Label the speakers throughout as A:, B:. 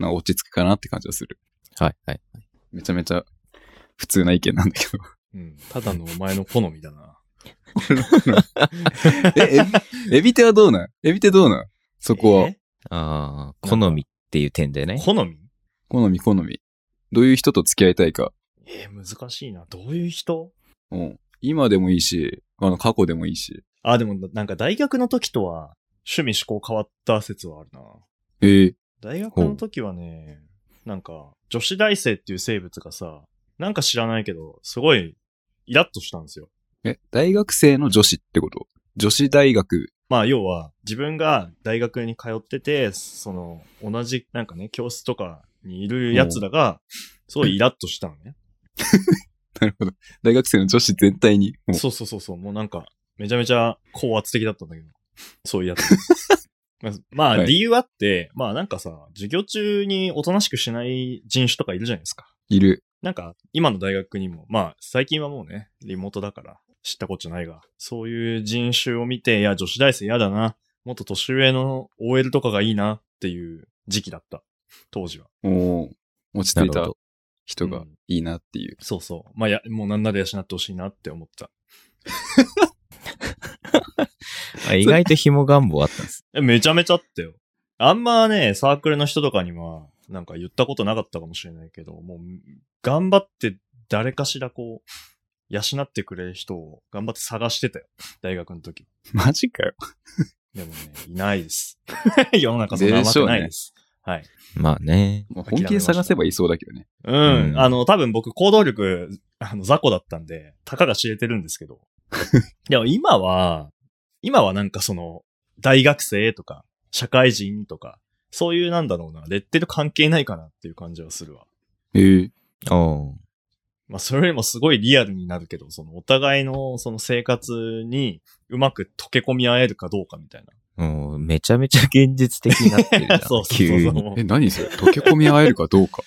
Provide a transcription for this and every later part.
A: の落ち着くかなって感じはする。
B: はい、はい。
A: めちゃめちゃ普通な意見なんだけ ど。
C: うん。ただのお前の好みだな。
A: え、 エビエビ手はどうなんエビ手どうなんそこは
C: え。
B: ああ、
C: な
B: 好
C: んか
B: みっていう点でね。
C: 好み
A: 好み好み。どういう人と付き合いたいか。
C: えー、難しいな。どういう人
A: うん。今でもいいし、あの、過去でもいいし。
C: あ、でもななんか大学の時とは趣味思考変わった説はあるな。
A: ええ
C: 大学の時はね、なんか女子大生っていう生物がさ、なんか知らないけど、すごいイラッとしたんですよ。
A: え、大学生の女子ってこと女子大学。
C: まあ要は自分が大学に通ってて、その同じなんかね、教室とかにいるやつらが、すごいイラッとしたのね。
A: なるほど。大学生の女子全体に。もう
C: そうそうそうそう、もうなんか、めちゃめちゃ高圧的だったんだけど、そう いうやつ。まあまあ、
A: はい
C: 理由あって、まあなんかさ、授業中におとなしくしない人種とかいるじゃないですか。
A: いる。
C: なんか、今の大学にも、まあ最近はもうね、リモートだから知ったことないが、そういう人種を見て、いや、女子大生嫌だな、もっと年上の OL とかがいいなっていう時期だった、当時は。
A: おー落ち
B: な
A: 着
B: る
A: い
B: ほ
A: た
B: ど。
A: 人がいいなっていう。
C: そうそう。まあや、もうなんなら養ってほしいなって思った。
B: あ意外と紐願望あったんです。
C: え、めちゃめちゃあったよ。あんまね、サークルの人とかには、なんか言ったことなかったかもしれないけど、もう、頑張って誰かしらこう、養ってくれる人を頑張って探してたよ。大学の時。
A: マジかよ。
C: でもね、いないです。世の中そんな甘くないです。はい。
B: まあね。
A: まあ本気で探せばいそうだけどね。
C: うん。
B: うん
C: あの、多分僕、行動力、あの、雑魚だったんで、たかが知れてるんですけ ど。でも今は、今はなんかその、大学生とか、社会人とか、そういうなんだろうな、レッテル関係ないかなっていう感じはするわ。
A: ええ
B: おう
C: まあ、それよりもすごいリアルになるけど、その、お互いの、その生活に、うまく溶け込み合えるかどうかみたい
B: もうめちゃめちゃ現実的になってるじゃ
C: な。。
B: ん
C: そうそう
B: 急
C: そう
B: に。
C: そう。
A: え、何それ溶け込み合えるかどうか。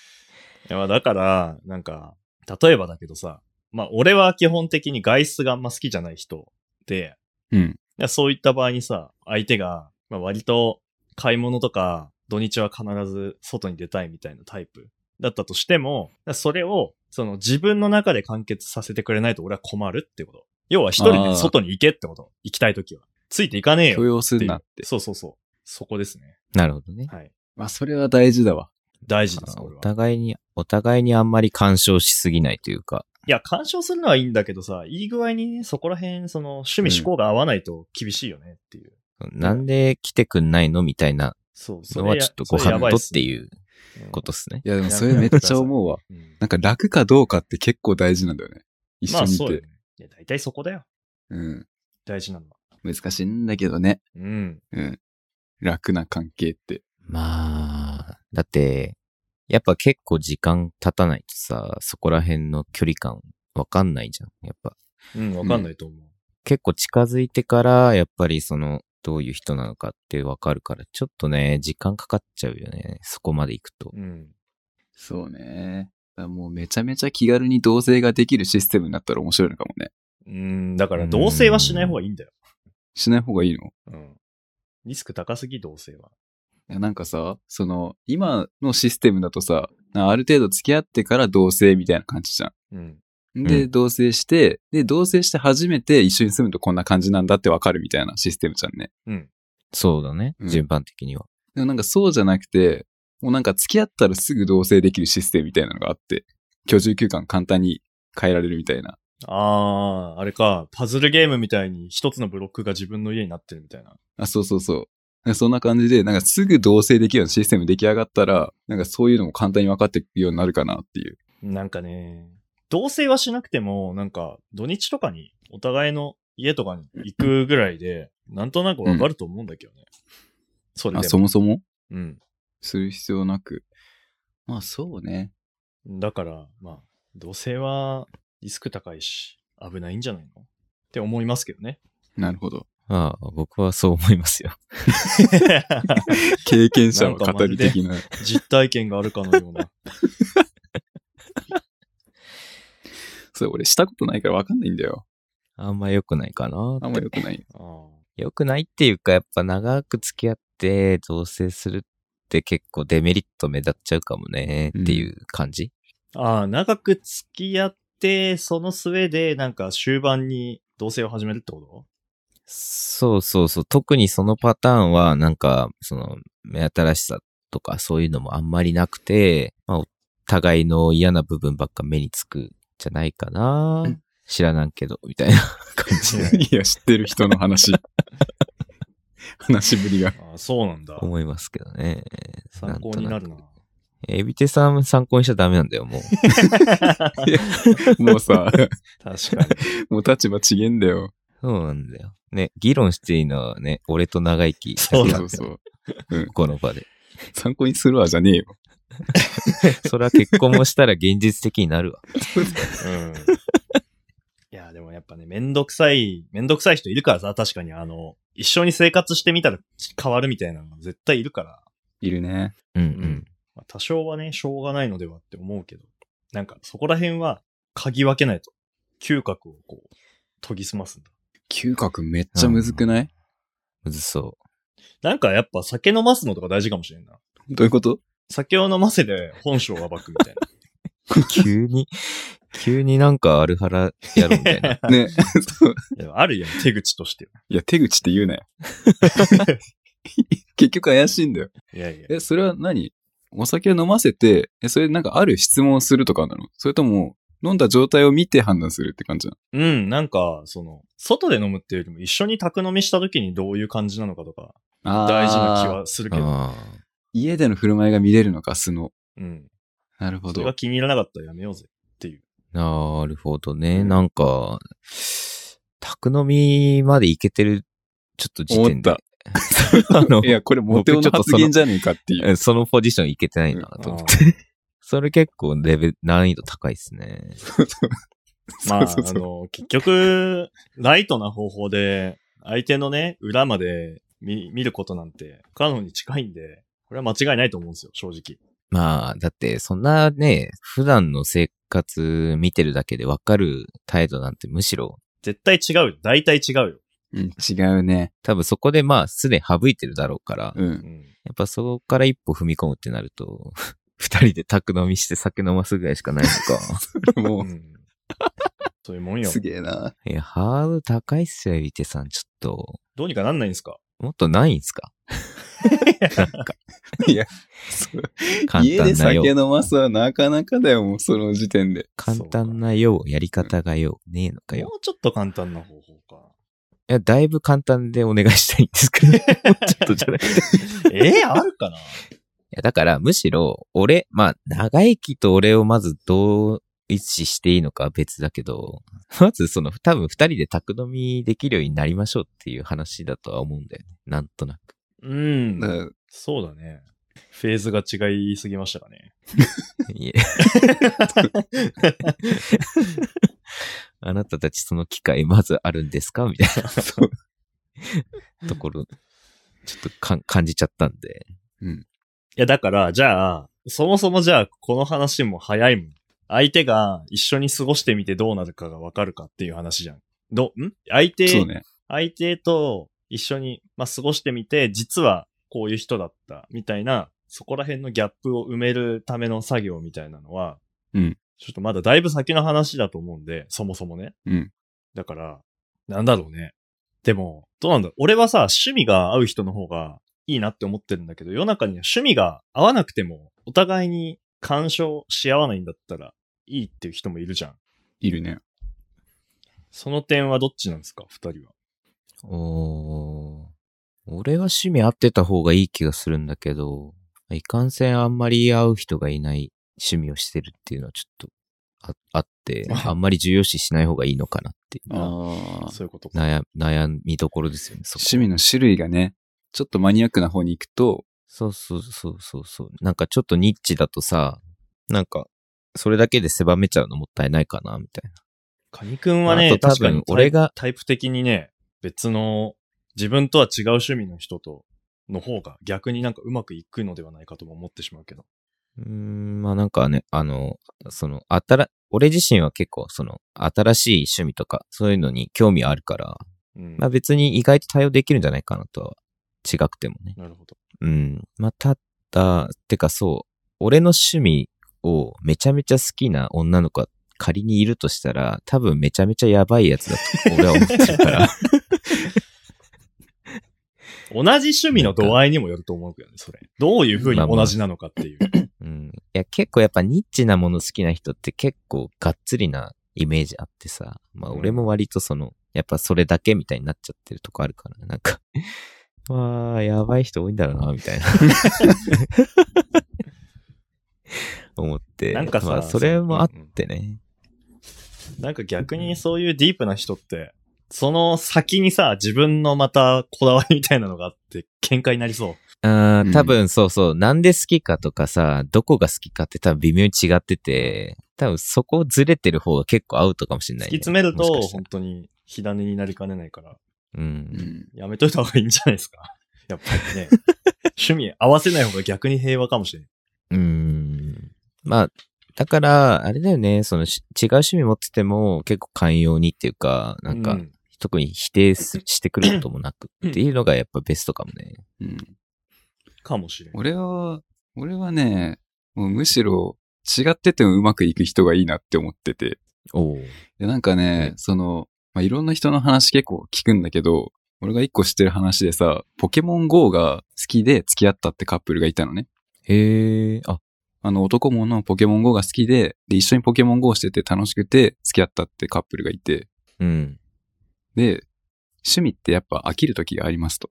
C: いや、まあだから、なんか、例えばだけどさ、まあ、俺は基本的に外出があんま好きじゃない人で、
A: うん。
C: いやそういった場合にさ、相手が、まあ、割と買い物とか、土日は必ず外に出たいみたいなタイプだったとしても、だそれを、その自分の中で完結させてくれないと俺は困るってこと。要は一人で外に行けってこと。行きたいときは。ついていかねえよ
A: 許容す
C: ってい
A: る
C: う
A: なって。
C: そうそうそう。そこですね。
B: なるほどね。
C: はい。
A: まあ、それは大事だわ。
C: 大事です、
B: あ
C: 俺
B: お
C: は。
B: 互いに、お互いにあんまり干渉しすぎないというか。
C: いや、干渉するのはいいんだけどさ、いい具合にね、そこら辺、その、趣
A: うん
C: 味思考が合わないと厳しいよねっていう。
B: なんで来てくんないのみたいな
C: そう、そ
B: の
C: れ
B: は
C: や
B: ちょっとご
C: それや
B: 飯
C: ばい
B: と
C: っ
B: っ
C: す
B: ていう
C: うん
B: ことっすね。
A: いや、でもそれめっちゃ思うわ。
C: うん
A: なんか楽かどうかって結構大事なんだよね。一
C: ま
A: 緒
C: あ
A: にい
C: そうよ
A: て。
C: ね。いや、大体そこだよ。
A: うん。
C: 大事なのは。
A: 難しいんだけどね。
C: うん。
A: うん。楽な関係って。
B: まあ、だって、やっぱ結構時間経たないとさ、そこら辺の距離感わかんないじゃん。やっぱ
C: うん、わかんないと思う。
B: 結構近づいてから、やっぱりその、どういう人なのかってわかるから、ちょっとね、時間かかっちゃうよね。そこまで行くと。
C: うん。
A: そうね。だからもうめちゃめちゃ気軽に同棲ができるシステムになったら面白いのかもね。
C: うん、だから同性はしない方がいいんだよ。
A: しない方がいいの
C: うん。リスク高すぎ、同性は。
A: いやなんかさ、その、今のシステムだとさ、なある程度付き合ってから同棲みたいな感じじゃん。
C: うん。
A: で、
B: う
A: 同棲して、で、同棲して初めて一緒に住むとこんな感じなんだってわかるみたいなシステムじゃんね。
C: うん。
B: そうだね。
A: うん
B: 順番的には。
A: でもなんかそうじゃなくて、もうなんか付き合ったらすぐ同棲できるシステムみたいなのがあって、居住空間簡単に変えられるみたいな。
C: あー、あれか、パズルゲームみたいに一つのブロックが自分の家になってるみたいな。
A: あ、そうそうそう。なんかそんな感じで、なんかすぐ同棲できるようなシステム出来上がったら、なんかそういうのも簡単に分かっていくようになるかなっていう。
C: なんかね、同棲はしなくても、なんか、土日とかに、お互いの家とかに行くぐらいで、なんとなくわかると思うんだけどね。それ
A: あ、
C: で
A: そ
C: も。
A: もそも
C: うん。
A: する必要なく。まあそうね。
C: だから、まあ、同棲はリスク高いし、危ないんじゃないのって思いますけど ね。
A: なるほど。
B: まあ、僕はそう思いますよ。
A: 経験者の語り的な。
C: 実体験があるかのような。
A: それ俺したことないから分かんないんだよ。
B: あんま良くないかなって
A: あんま良くない。
C: ああ
B: 良くないっていうか、やっぱ長く付き合って同棲するって結構デメリット目立っちゃうかもねっていう感じ、
C: ああ、長く付き合って、その末で、なんか終盤に同棲を始めるってこ
B: そうそうそう。特にそのパターンは、なんか、その、目新しさとかそういうのもあんまりなくて、まあ、お互いの嫌な部分ばっか目につくんじゃないかな。知らなんけど、みたいな 感じ。
A: いや、知ってる人の話。話ぶりが。
C: とああ、そうなんだ。
B: 思いますけどね。
C: 参考になるな。
B: エビテさん参考にしちゃダメなんだよ、もう。
A: もうさ、
C: 確かに。
A: もう立場ちげんだよ。
B: そうなんだよ。ね、議論していいのはね、俺と長生きだけ
A: そう
B: な
A: ん
B: だよ
A: そうそう。
B: この場で。
A: 参考にするわじゃねえよ。
B: それは結婚もしたら現実的になるわ。
C: うん。いや、でもやっぱね、めんどくさい、めんどくさい人いるからさ、確かにあの、一緒に生活してみたら変わるみたいなの絶対いるから、
A: いるね。
B: うんう。
C: うんまあ、多少はね、しょうがないのではって思うけど、なんかそこら辺は嗅ぎ分けないと、嗅覚をこう、研ぎ澄ますんだ。
A: 嗅覚めっちゃむずくない、
B: むずそ
C: なんかやっぱ酒飲ますのとか大事かもしれんな。
A: どういうこと
C: 酒を飲ませて本性を暴くみたいな。
B: う。急 に、急になんかアルハラやろうみたいな。
A: ね。 そう
C: いやあるやん、手口として。
A: いや、手口って言うな よ。結局怪しいんだよ。
C: いやいや。
A: え、それは何お酒飲ませて、え、それなんかある質問をするとかなのそれとも、飲んだ状態を見て判断するって感じな
C: うん、なんか、その、外で飲むっていうよりも一緒に宅飲みした時にどういう感じなのかとか、
A: の
C: 大事な気
A: あー
C: はするけど。
B: あ
A: 家での振る舞いが見れるのか、素の。
C: うん。
A: なるほ
C: それが
A: ど。
C: 気に入らなかったらやめようぜっていう。
B: あなるほどね。
C: うん
B: なんか、宅飲みまで行けてる、ちょっと時点で。 あ の
A: い、や、これモテオの
B: 僕ちょっと
A: 発
B: その
A: 言じゃねえかっていう。
B: そのポジション行けてないなと思って。それ結構レベル、難易度高いですね。
C: まあ、あ
A: そうそうそう
C: の、結局、ライトな方法で、相手のね、裏まで見見ることなんて、不可能に近いんで、これは間違いないと思うんですよ、正直。
B: まあ、だって、そんなね、普段の生活見てるだけでわかる態度なんてむしろ、
C: 絶対違うよ。大体違うよ。
A: うん、違うね。
B: 多分そこでまあ、すでに省いてるだろうから、
A: う。
C: うんん。
B: やっぱそこから一歩踏み込むってなると、 二人で宅飲みして酒飲ますぐらいしかないの か。
A: も
C: うん、そういうもん
A: う、
C: よ
A: す。げえな。
B: いや、ハードル高いっすよ、エビテさん。ちょっと、
C: どうにかなんないんですか
B: もっとないん すか
A: いや、そう
B: 簡
A: 家で
B: 単なよ
A: 酒
B: う。
A: 飲ますはなかなかだよ、もうその時点で。
B: 簡単なよう、やり方がよう、ねえのか
C: も
B: よ。
C: うちょっと簡単な方法 か。
B: いや、だいぶ簡単でお願いしたいんですけど、もうちょっとじゃなくて。い
C: えー、あるかな
B: や、だから、むしろ、俺、まあ、長生きと俺をまずどう一致していいのかは別だけど、 まずその、多分二人で宅飲みできるようになりましょうっていう話だとは思うんだよね。なんとなく。
C: うん
A: だ。から
C: そうだね。フェーズが違いすぎましたかね。
B: いえ。あなたたちその機会まずあるんですかみたいなところ、ちょっとかん感じちゃったんで。
C: いや、だから、じゃあ、そもそもじゃあ、この話も早いもん。相手が一緒に過ごしてみてどうなるかがわかるかっていう話じゃん。ど、ん相手、
A: そうね。
C: 相手と一緒に、まあ、過ごしてみて、実はこういう人だった、みたいな、そこら辺のギャップを埋めるための作業みたいなのは、
A: うん。
C: ちょっとまだだいぶ先の話だと思うんで、そもそもね。
A: うん。
C: だから、なんだろうね。でも、どうなんだろう俺はさ、趣味が合う人の方がいいなって思ってるんだけど、世の中には趣味が合わなくても、お互いに干渉し合わないんだったらいいっていう人もいるじゃん。
A: いるね。
C: その点はどっちなんですか二人は。
B: おー俺は趣味合ってた方がいい気がするんだけど、いかんせんあんまり合う人がいない趣味をしてるっていうのはちょっとああって、あんまり重要視しない方がいいのかなっていう
A: ああ。
C: そういうことか。
B: 悩悩みどころですよね、そこ
A: 趣味の種類がね、ちょっとマニアックな方に行くと、
B: そうそうそうそうそう。なんかちょっとニッチだとさ、なんか、それだけで狭めちゃうのもったいないかな、みたい
C: カニ君はね、
B: あと多分
C: 確かにタイ
B: 俺が
C: タイプ的にね、別の、自分とは違う趣味の人と、の方が逆になんかうまくいくのではないかとも思ってしまうけど。
B: な。うーん、まあなんかね、あの、その、あたら、俺自身は結構、その、新しい趣味とか、そういうのに興味あるから、
C: うん。
B: まあ別に意外と対応できるんじゃないかなとは、違くてもね。
C: なるほど。
B: うん。まあ、たた、てかそう、俺の趣味をめちゃめちゃ好きな女の子が仮にいるとしたら、多分めちゃめちゃやばいやつだと俺は思ってるから。
C: 同じ趣味の度合いにもよると思うけどね、それ。どういう風に同じなのかっていう。
B: うん。いや、結構やっぱニッチなもの好きな人って結構がっつりなイメージあってさ。まあ
C: うん
B: 俺も割とその、やっぱそれだけみたいになっちゃってるとこあるから、なんか。 わあ、やばい人多いんだろうな、みたいな。 思って。
C: なんかさ
B: まあそれもあっ
C: うんうん
B: てね。
C: なんか逆にそういうディープな人って、その先にさ、自分のまたこだわりみたいなのがあって、喧嘩になりそう。
B: あ
A: うん
B: ー多分そうそう、なんで好きかとかさ、どこが好きかって多分微妙に違ってて、多分そこずれてる方が結構アウトかもしれ
C: 突
B: ない、ね。
C: き詰めると、
B: もしかした
C: 本
B: ら
C: 当に火種になりかねないから、
B: うん。
A: うん
C: やめといた方がいいんじゃないですか。 やっぱりね。趣味合わせない方が逆に平和かもしれない。
B: うーん。まあ、だから、あれだよね、そのし違う趣味持ってても結構寛容にっていうか、なんか、
C: う
B: 特に否定すしてくることもなくっていうのがやっぱベストかもね。
A: うん
C: かもしれない。
A: 俺は、俺はね、もうむしろ違っててもうまくいく人がいいなって思ってて。
B: おう
A: でなんかね、
B: うん
A: その、まあ、いろんな人の話結構聞くんだけど、俺が一個知ってる話でさ、ポケモン GO が好きで付き合ったってカップルがいたのね。
B: へえ、あ、
A: あの男ものポケモン GO が好きで、で、一緒にポケモン GO してて楽しくて付き合ったってカップルがいて、
B: うん。
A: で、趣味ってやっぱ飽きる時がありますと。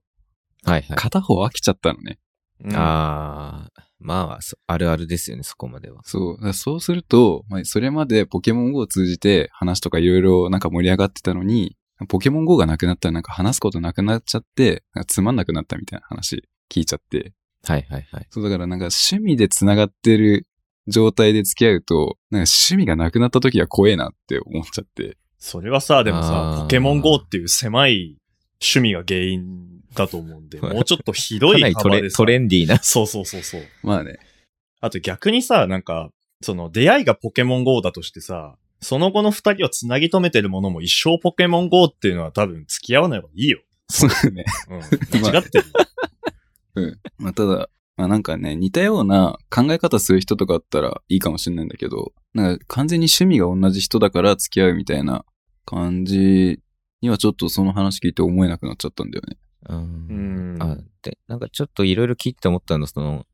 B: はいはい。
A: 片方飽きちゃったのね。
C: うん
B: ああ、まあ、そあるあるですよね、そこまでは。
A: そう。だからそうすると、まあ、それまでポケモン GO を通じて話とかいろいろなんか盛り上がってたのに、ポケモン GO がなくなったらなんか話すことなくなっちゃって、なんかつまんなくなったみたいな話聞いちゃって。
B: はいはいはい。
A: そうだからなんか趣味で繋がってる状態で付き合うと、なんか趣味がなくなった時は怖えなって思っちゃって。
C: それはさ、でも
B: あ
C: さ
B: ー、
C: ポケモン GO っていう狭い趣味が原因だと思う んで、もうちょっとひど
B: か
C: い
B: なりト
C: 幅
B: レ
C: でさ
B: トレンディーな。
C: そうそうそうそう。
A: まあね。
C: あと逆にさ、なんか、その出会いがポケモン GO だとしてさ、その後の二人を繋ぎ止めてるものも一生ポケモン GO っていうのは多分付き合わない方がいいよ。
A: そうね。
C: うん。間違ってる。
A: まあただ、まあなんかね、似たような考え方する人とかあったらいいかもしれないんだけど、なんか完全に趣味が同じ人だから付き合うみたいな感じにはちょっとその話聞いて思えなくなっちゃったんだよね。
B: う。
C: うんん。
B: あ、で、なんかちょっといろいろ聞いて思ったのは、その、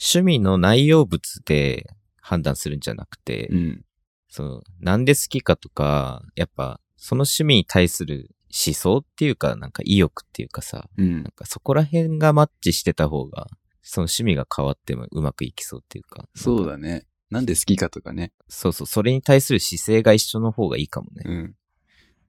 B: 趣味の内容物で判断するんじゃなくて、
A: うん。
B: その、なんで好きかとか、やっぱ、その趣味に対する思想っていうか、なんか意欲っていうかさ、
A: うん
B: なん。かそこら辺がマッチしてた方が、その趣味が変わってもうまくいきそうっていうか。
A: そう
B: なんか
A: だね。なんで好きかとかね。
B: そうそう、それに対する姿勢が一緒の方がいいかもね。
A: うん。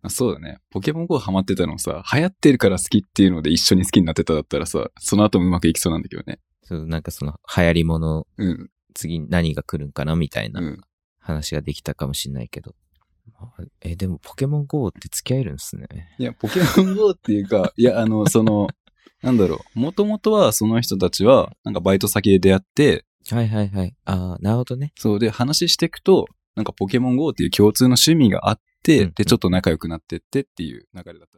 A: あそうだね。ポケモン GO ハマってたのさ、流行ってるから好きっていうので一緒に好きになってただったらさ、その後もうまくいきそうなんだけどね。
B: そうなんかその、流行りもの、
A: うん。
B: 次何が来るんかなみたいな
A: うん。
B: 話ができたかもしれないけど。あえ、でもポケモン GO って付き合えるんですね。
A: いや、ポケモン GO っていうか、 いや、あの、その、なんだろう。もともとはその人たちは、なんかバイト先で出会って、
B: はいはいはい。ああ、なるほどね。
A: そうで話していくと、なんかポケモン GO っていう共通の趣味があって、
B: うん
A: で、ちょっと仲良くなってってっていう流れだった。